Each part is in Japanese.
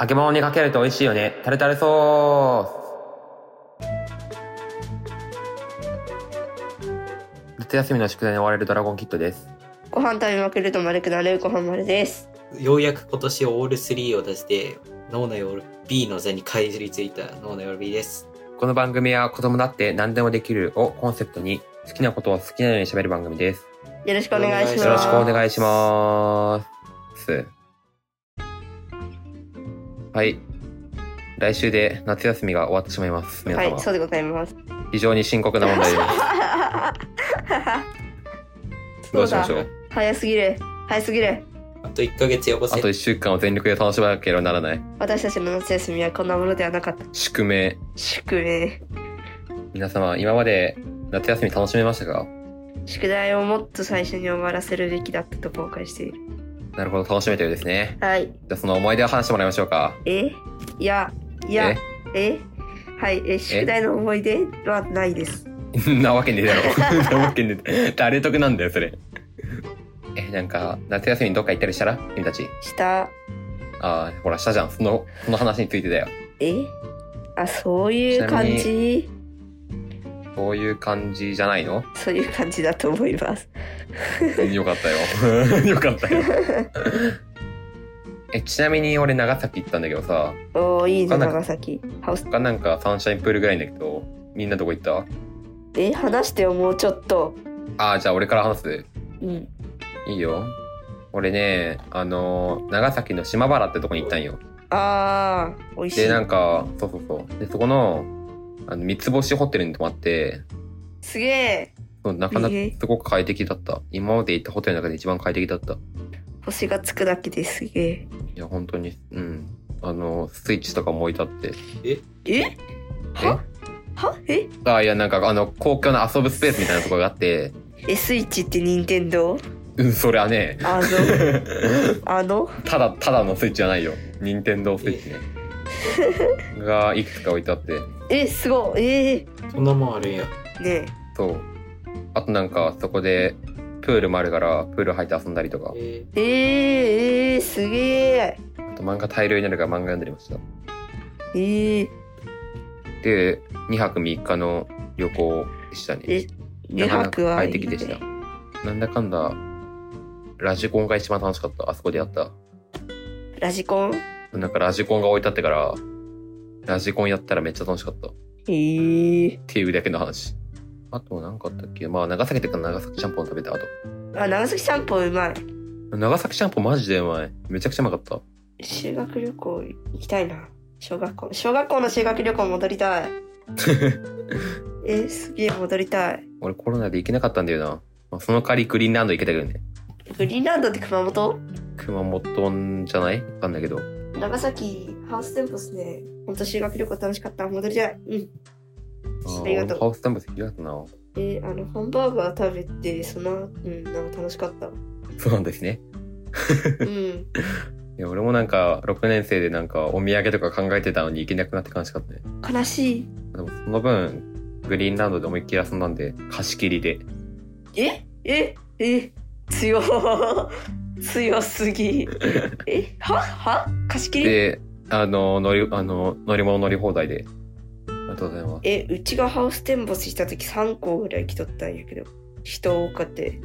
揚げ物にかけると美味しいよね。タルタルソース。夏休みの宿題に追われるドラゴンキッドです。ご飯食べまくると丸くなるご飯丸です。ようやく今年オール3を出して、脳の夜 B の座に返りついた脳の夜 B です。この番組は子供だって何でもできるをコンセプトに好きなことを好きなように喋る番組です。よろしくお願いします。よろしくお願いします。はい。来週で夏休みが終わってしまいます。皆様。はい、そうでございます。 非常に深刻な問題です。どうしましょう。早すぎる。早すぎる。あと1ヶ月よこあせと。1週間を全力で楽しまなければならない。私たちの夏休みはこんなものではなかった。宿命。宿命。皆様、今まで夏休み楽しめましたか宿題をもっと最初に終わらせるべきだったと後悔している。なるほど、楽しめてるですね。はい。じゃあその思い出を話してもらいましょうか。 えいや、いや、えはい、え、宿題の思い出はないです。えなわけねえだろ。 なわけねえ。誰得なんだよ、それ。え、なんか、夏休みにどっか行ったりしたら君たち。した、ああ、ほら、したじゃん。その、その話についてだよ。えあ、そういう感ちなじそういう感じじゃないのそういう感じだと思います。よかったよ。よ かったよ。え、ちなみに俺長崎行ったんだけどさ、おー、いいわかね、んなく長崎。ハウス他なんかサンシャインプールぐらいなんだけど、みんなどこ行ったえ話してよもうちょっとああ、じゃあ俺から話す。うんいいよ。俺ね、あのー長崎の島原ってとこに行ったんよ。あー美味しいで、なんか、そうそうそう。で、そこの、あの、三つ星ホテルに泊まって、すげえそうなかなかえーすごく快適だった。今まで行ったホテルの中で一番快適だった。い星がつくだけですげえや、本当に、うん。あの、スイッチとかも置いてあって。えははえああ、いや、なんか、あの、公共の遊ぶスペースみたいなところがあって、えスイッチって任天堂うん、それはね、あの あのただ、ただのスイッチじゃないよ。任天堂スイッチね。が、いくつか置いてあって。えすごいえそんなもんあるんや。ー、ねそう。あとなんか、そこで、プールもあるから、プール入って遊んだりとか。ええええー、すげえあと漫画大量になるから漫画読んでりました。えー、で、2泊3日の旅行でしたねえ。2泊なかなかは快適でした。なんだかんだ、ラジコンが一番楽しかった。あそこでやった。ラジコンなんかラジコンが置いてあってから、ラジコンやったらめっちゃ楽しかった。っえー、ていうだけの話。あと何かあったっけまあ、長崎でか長崎ちゃんぽん食べた後。あ長崎散歩うまい長崎ちゃんぽんマジでうまい。めちゃくちゃうまかった。修学旅行行きたいな小学校小学校の修学旅行戻りたいえすげえ戻りたい俺コロナで行けなかったんだよな。まあ、その代わりグリーンランド行けたけどね。グリーンランドって熊本熊本じゃないわかんないけど。長崎ハウステンポスねほんと修学旅行楽しかった戻りたいうんあありがとうハウスタンプス行きたかったな。えあのハンバーガー食べてそのうんなんか楽しかったうそうなんですね。んいや、俺もなんか、6年生でなんか、お土産とか考えてたのに行けなくなって悲しかったね。悲しでも、その分、グリーンランドで思いっきり遊んだんで、貸し切りで。いえええ強 強すぎえはは貸し切りで、あの、乗り、あの、乗り物乗り放題で。ありがとうございます。えうちがハウステンボスした時3校ぐらい来とったんやけど人多かって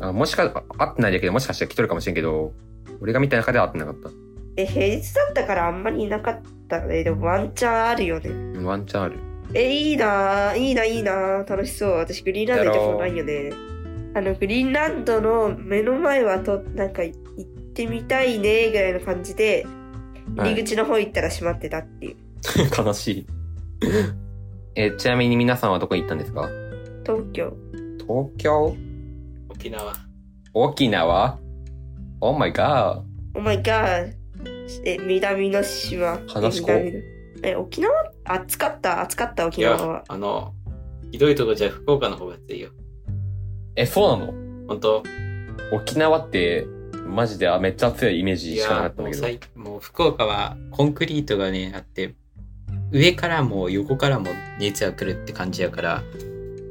あもしか、あ会ってないんだけど、もしかしたら来とるかもしれんけど、俺が見た中では会ってなかった。え平日だったからあんまりいなかったねでもワンチャンあるよねワンチャンある。えいいなぁいいないいなぁ楽しそう私グリーンランド行ったことないよねあのグリーンランドの目の前はとなんか行ってみたいねぐらいの感じではい入り口の方行ったら閉まってたっていう、悲しい。 え、ちなみに皆さんはどこに行ったんですか東京東京ー、沖縄。沖縄 ?Oh my god! お前がえ南の島話し子南のえ沖縄暑かった暑かったい沖縄やは、あの、ひどいとこじゃ福岡の方が暑いよ。え、そうなのほんと、沖縄って、マジであめっちゃ暑いイメージいしかなかやっ、たんもだうけど。最もう福岡はコンクリートがね、あって、上からも横からも熱が来るって感じやから、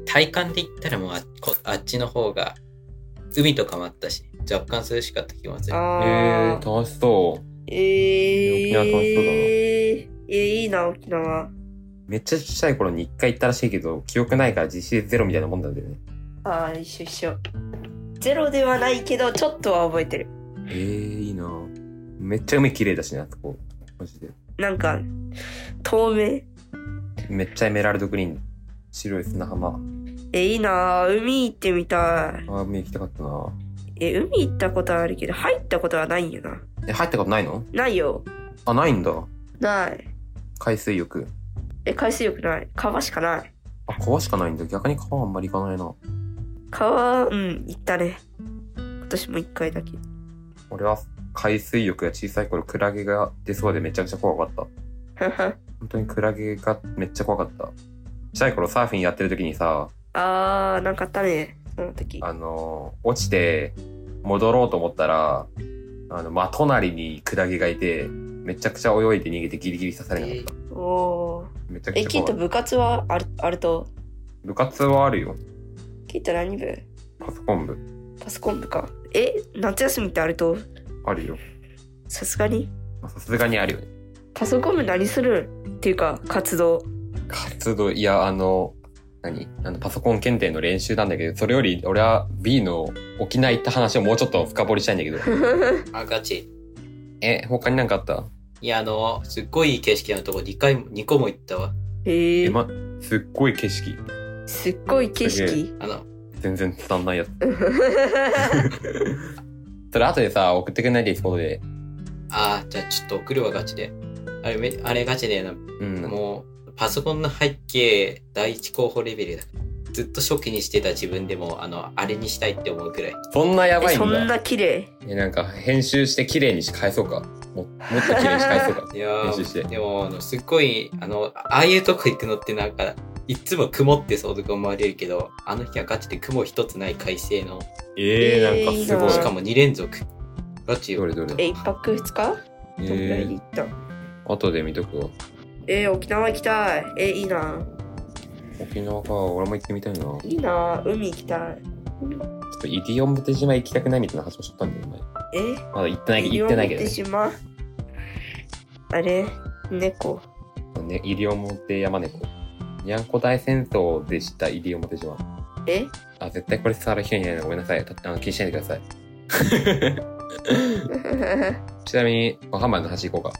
体感で言ったらもうあこあっちの方が、海とかもあったし、若干涼しかった気がする。あえあー、楽しそう。えー、いや楽しそうだなえー、えいいな、沖縄。めっちゃちっちゃい頃に一回行ったらしいけど、記憶ないから実質ゼロみたいなもんなんだよね。ああ、一緒一緒。ゼロではないけど、ちょっとは覚えてる。ええいいなめっちゃ海綺麗だしな、あそこ。マジで。なんか、透明。めっちゃエメラルドグリーン。白い砂浜。え、いいな海行ってみたい。ああ、海行きたかったなえ、海行ったことはあるけど、入ったことはないんよな。え、入ったことないのないよ。あ、ないんだ。ない。海水浴。え、海水浴ない。川しかない。あ、川しかないんだ。逆に川あんまり行かないな。川、うん、行ったね。今年も一回だけ。俺は海水浴が小さい頃クラゲが出そうでめちゃくちゃ怖かった。本当にクラゲがめっちゃ怖かった。小さい頃サーフィンやってる時にさ、あー、なんかあったね。その時。あの、落ちて戻ろうと思ったら、あの、ま、隣にクラゲがいて、めちゃくちゃ泳いで逃げてギリギリ刺されなかった。おー。めちゃくえ、ちキゃッ怖い。ト部活はある、あると。部活はあるよ。キット何部パソコン部。パソコン部か。え、夏休みってあるとあるよ。さすがにまさすがにあるよね。パソコン部何するっていうか 活動活動、いや、あの、何あの、パソコン検定の練習なんだけど、それより俺は B の沖縄行った話をもうちょっと深掘りしたいんだけど。あ、ガチ。え、他になんかあったいや、あの、すっごいいい景色のとこ2回も、2個も行ったわ。へええ、ま、すっごい景色。すっごい景色あの、全然伝わんないやつ。 それ後でさ、送ってくんないでいいスポーで。あーじゃあちょっと送るわ、ガチで。あれ、めあれガチでな、うん。もう、パソコンの背景、第一候補レベルだ。ずっと初期にしてた自分でも、あの、あれにしたいって思うくらい。。そんなやばえいそんんだ。な綺麗え、なんか、編集して綺麗にし返そうか。ももっと綺麗にし返そうかいやー練習してでも、あの、すっごい、あの、ああいうとこ行くのってなんか、いつも曇ってそうとか思われるけど、あの日はガチで雲一つない快晴の、 ええーー、なんかすごい。いいしなかも2連続。ガチどよ。れどれ。え一泊二日えどんぐらいでー行った後で見とくわ。えー沖縄行きたいえいいな沖縄か、俺も行ってみたいな。ちょっいいな海行きたいとイディオンブテ島行きたくないみたいな話もしとったんだよね。えまだ行ってない、行ってないけど西表ね。島あれ猫ね、西表山猫。にゃんこ大戦争でした、西表島。え あ、絶対これ伝わる人いないのごめんなさい。たあの気にしないでください。ちなみに、ごはん丸の話行こう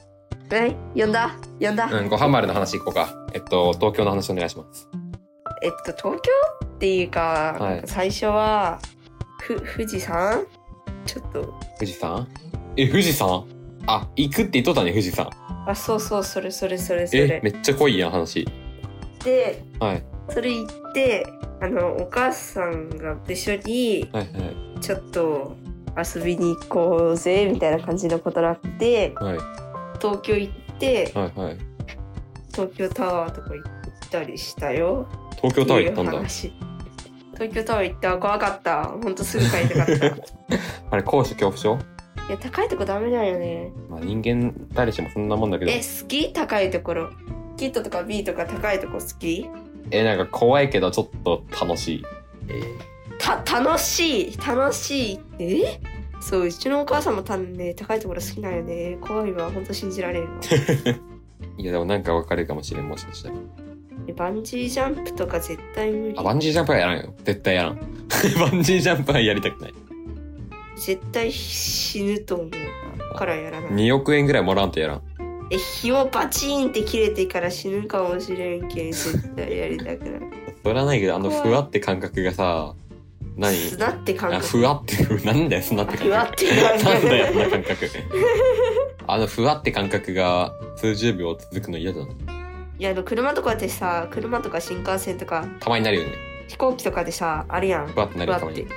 え呼んだ呼んだ、か。うん、ごはん丸の話行こうか。えっと、東京の話お願いします。えっと東京っていうか、はい最初はふ富士山ちょっと富士山え、富士山あ、行くって言っとったね、富士山。あそうそうそれそれそれそえれ、めっちゃ濃いやん、話。ではい。それ行ってあのお母さんが一緒にはい、はちょっと遊びに行こうぜみたいな感じのことになってい。はい、東京行ってはい、はい。東京タワーとか行ったりしたよ東京タワー行ったんっていうだ。話東京タワー行った怖かったほんとすぐ帰り たかったいあれ、高所恐怖症や高いとこダメだよねまあ、人間誰しもそんなもんだけどえ。好き高いところキットとか B とか高いとこ好きえ、なんか怖いけど、ちょっと楽しい。えーた楽しい楽しいえそううちのお母さんもたんね高いところ好きなんよね怖いわほんと信 じられんわいや、でもなんかわかるかもしれん、もしかしたら。でバンジージャンプとか絶対無理あ、バンジージャンプはやらんよ。絶対やらん。 バンジージャンプはやりたくない。絶対死ぬと思うからやらない2億円ぐらいもらわんとやらん。え火をバチーンって切れてから死ぬかもしれん けん絶対やりたくないそれはないけど、あの、ふわって感覚がさ、何砂って感あ覚 ふわって、なんだよ、そんなって感ふわっ覚。て感覚なんだよ、そんな感覚。あの、ふわって感覚が数十秒続くの嫌だな。いやあの車とかでさ車とか新幹線とかたまになるよね。飛行機とかでさあるやんふわってなるよふわたまってに。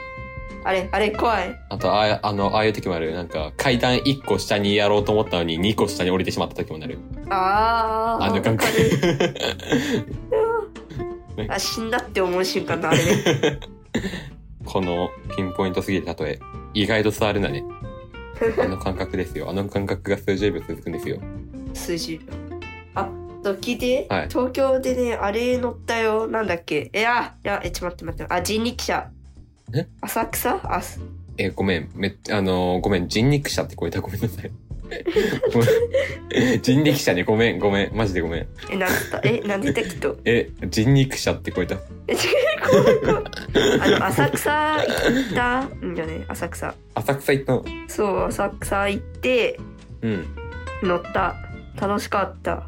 あれあれ怖いあと、あああの、ああいう時もある。なんか、階段1個下にやろうと思ったのに、2個下に降りてしまった時もなる。あーあの感覚 わかる。あ死んだって思う瞬間だあ れねこのピンポイントすぎる例え意外と伝わるな ねあの感覚ですよあの感覚が数十秒続くんですよ数十秒あと聞いて、はい東京でねあれ乗ったよなんだっけいやいやえちょっと待って待ってあ人力車え浅草あすえごめんめっあのーごめん人肉車って声だごめんなさい ごめん人力車ね、ごめん、ごめん、マジでごめん。え、なんつったえ、なんで言ったきっと。え、人肉車って超えた。え、違う、怖い怖い。あの、浅草行ったんじゃね浅草。浅草行ったのそう、浅草行って、うん。乗った。楽しかった。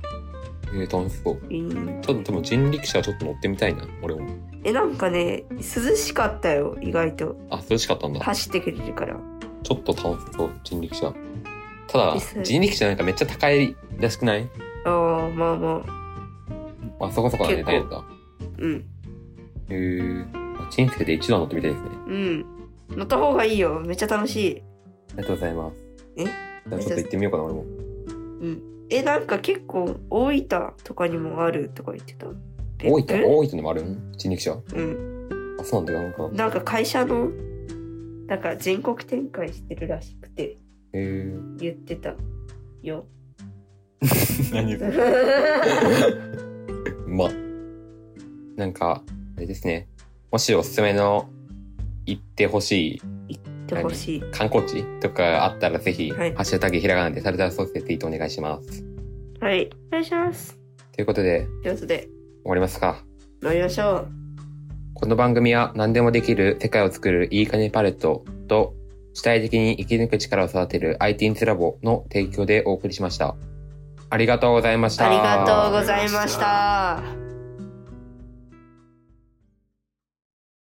えー、楽しそう。うんちょっとでも人力車はちょっと乗ってみたいな、俺も。え、なんかね、涼しかったよ、意外と。あ、涼しかったんだ。走ってくれるから。ちょっと楽しそう、人力車。ただで、す人力車なんかめっちゃ高いらしくないああ、まあまあ。あ、そこそこな値段やった。うん。へえ人生で一度は乗ってみたいですね。うん。乗った方がいいよ。めっちゃ楽しい。ありがとうございます。えじゃあちょっと行ってみようかな、俺も。え、なんか結構、大分とかにもあるとか言ってた。大分、別府大分にもあるん人力車。うん。あ、そうなんだ、なんか。なんか会社の、なんか全国展開してるらしくて、へえ言ってた よ。 何うまあ。なんか、あれですね。もしおすすめの行ってほしいってほしい。観光地とかあったらぜひ、はいハッシュタグひらがなでサルタラソースでツイートお願いします。はい。お願いします。ということで、ということ終で、わりますか。乗りましょう。この番組は何でもできる世界を作るいい金パレットと主体的に生き抜く力を育てる IT インスラボの提供でお送りしました。ありがとうございました。ありがとうございました。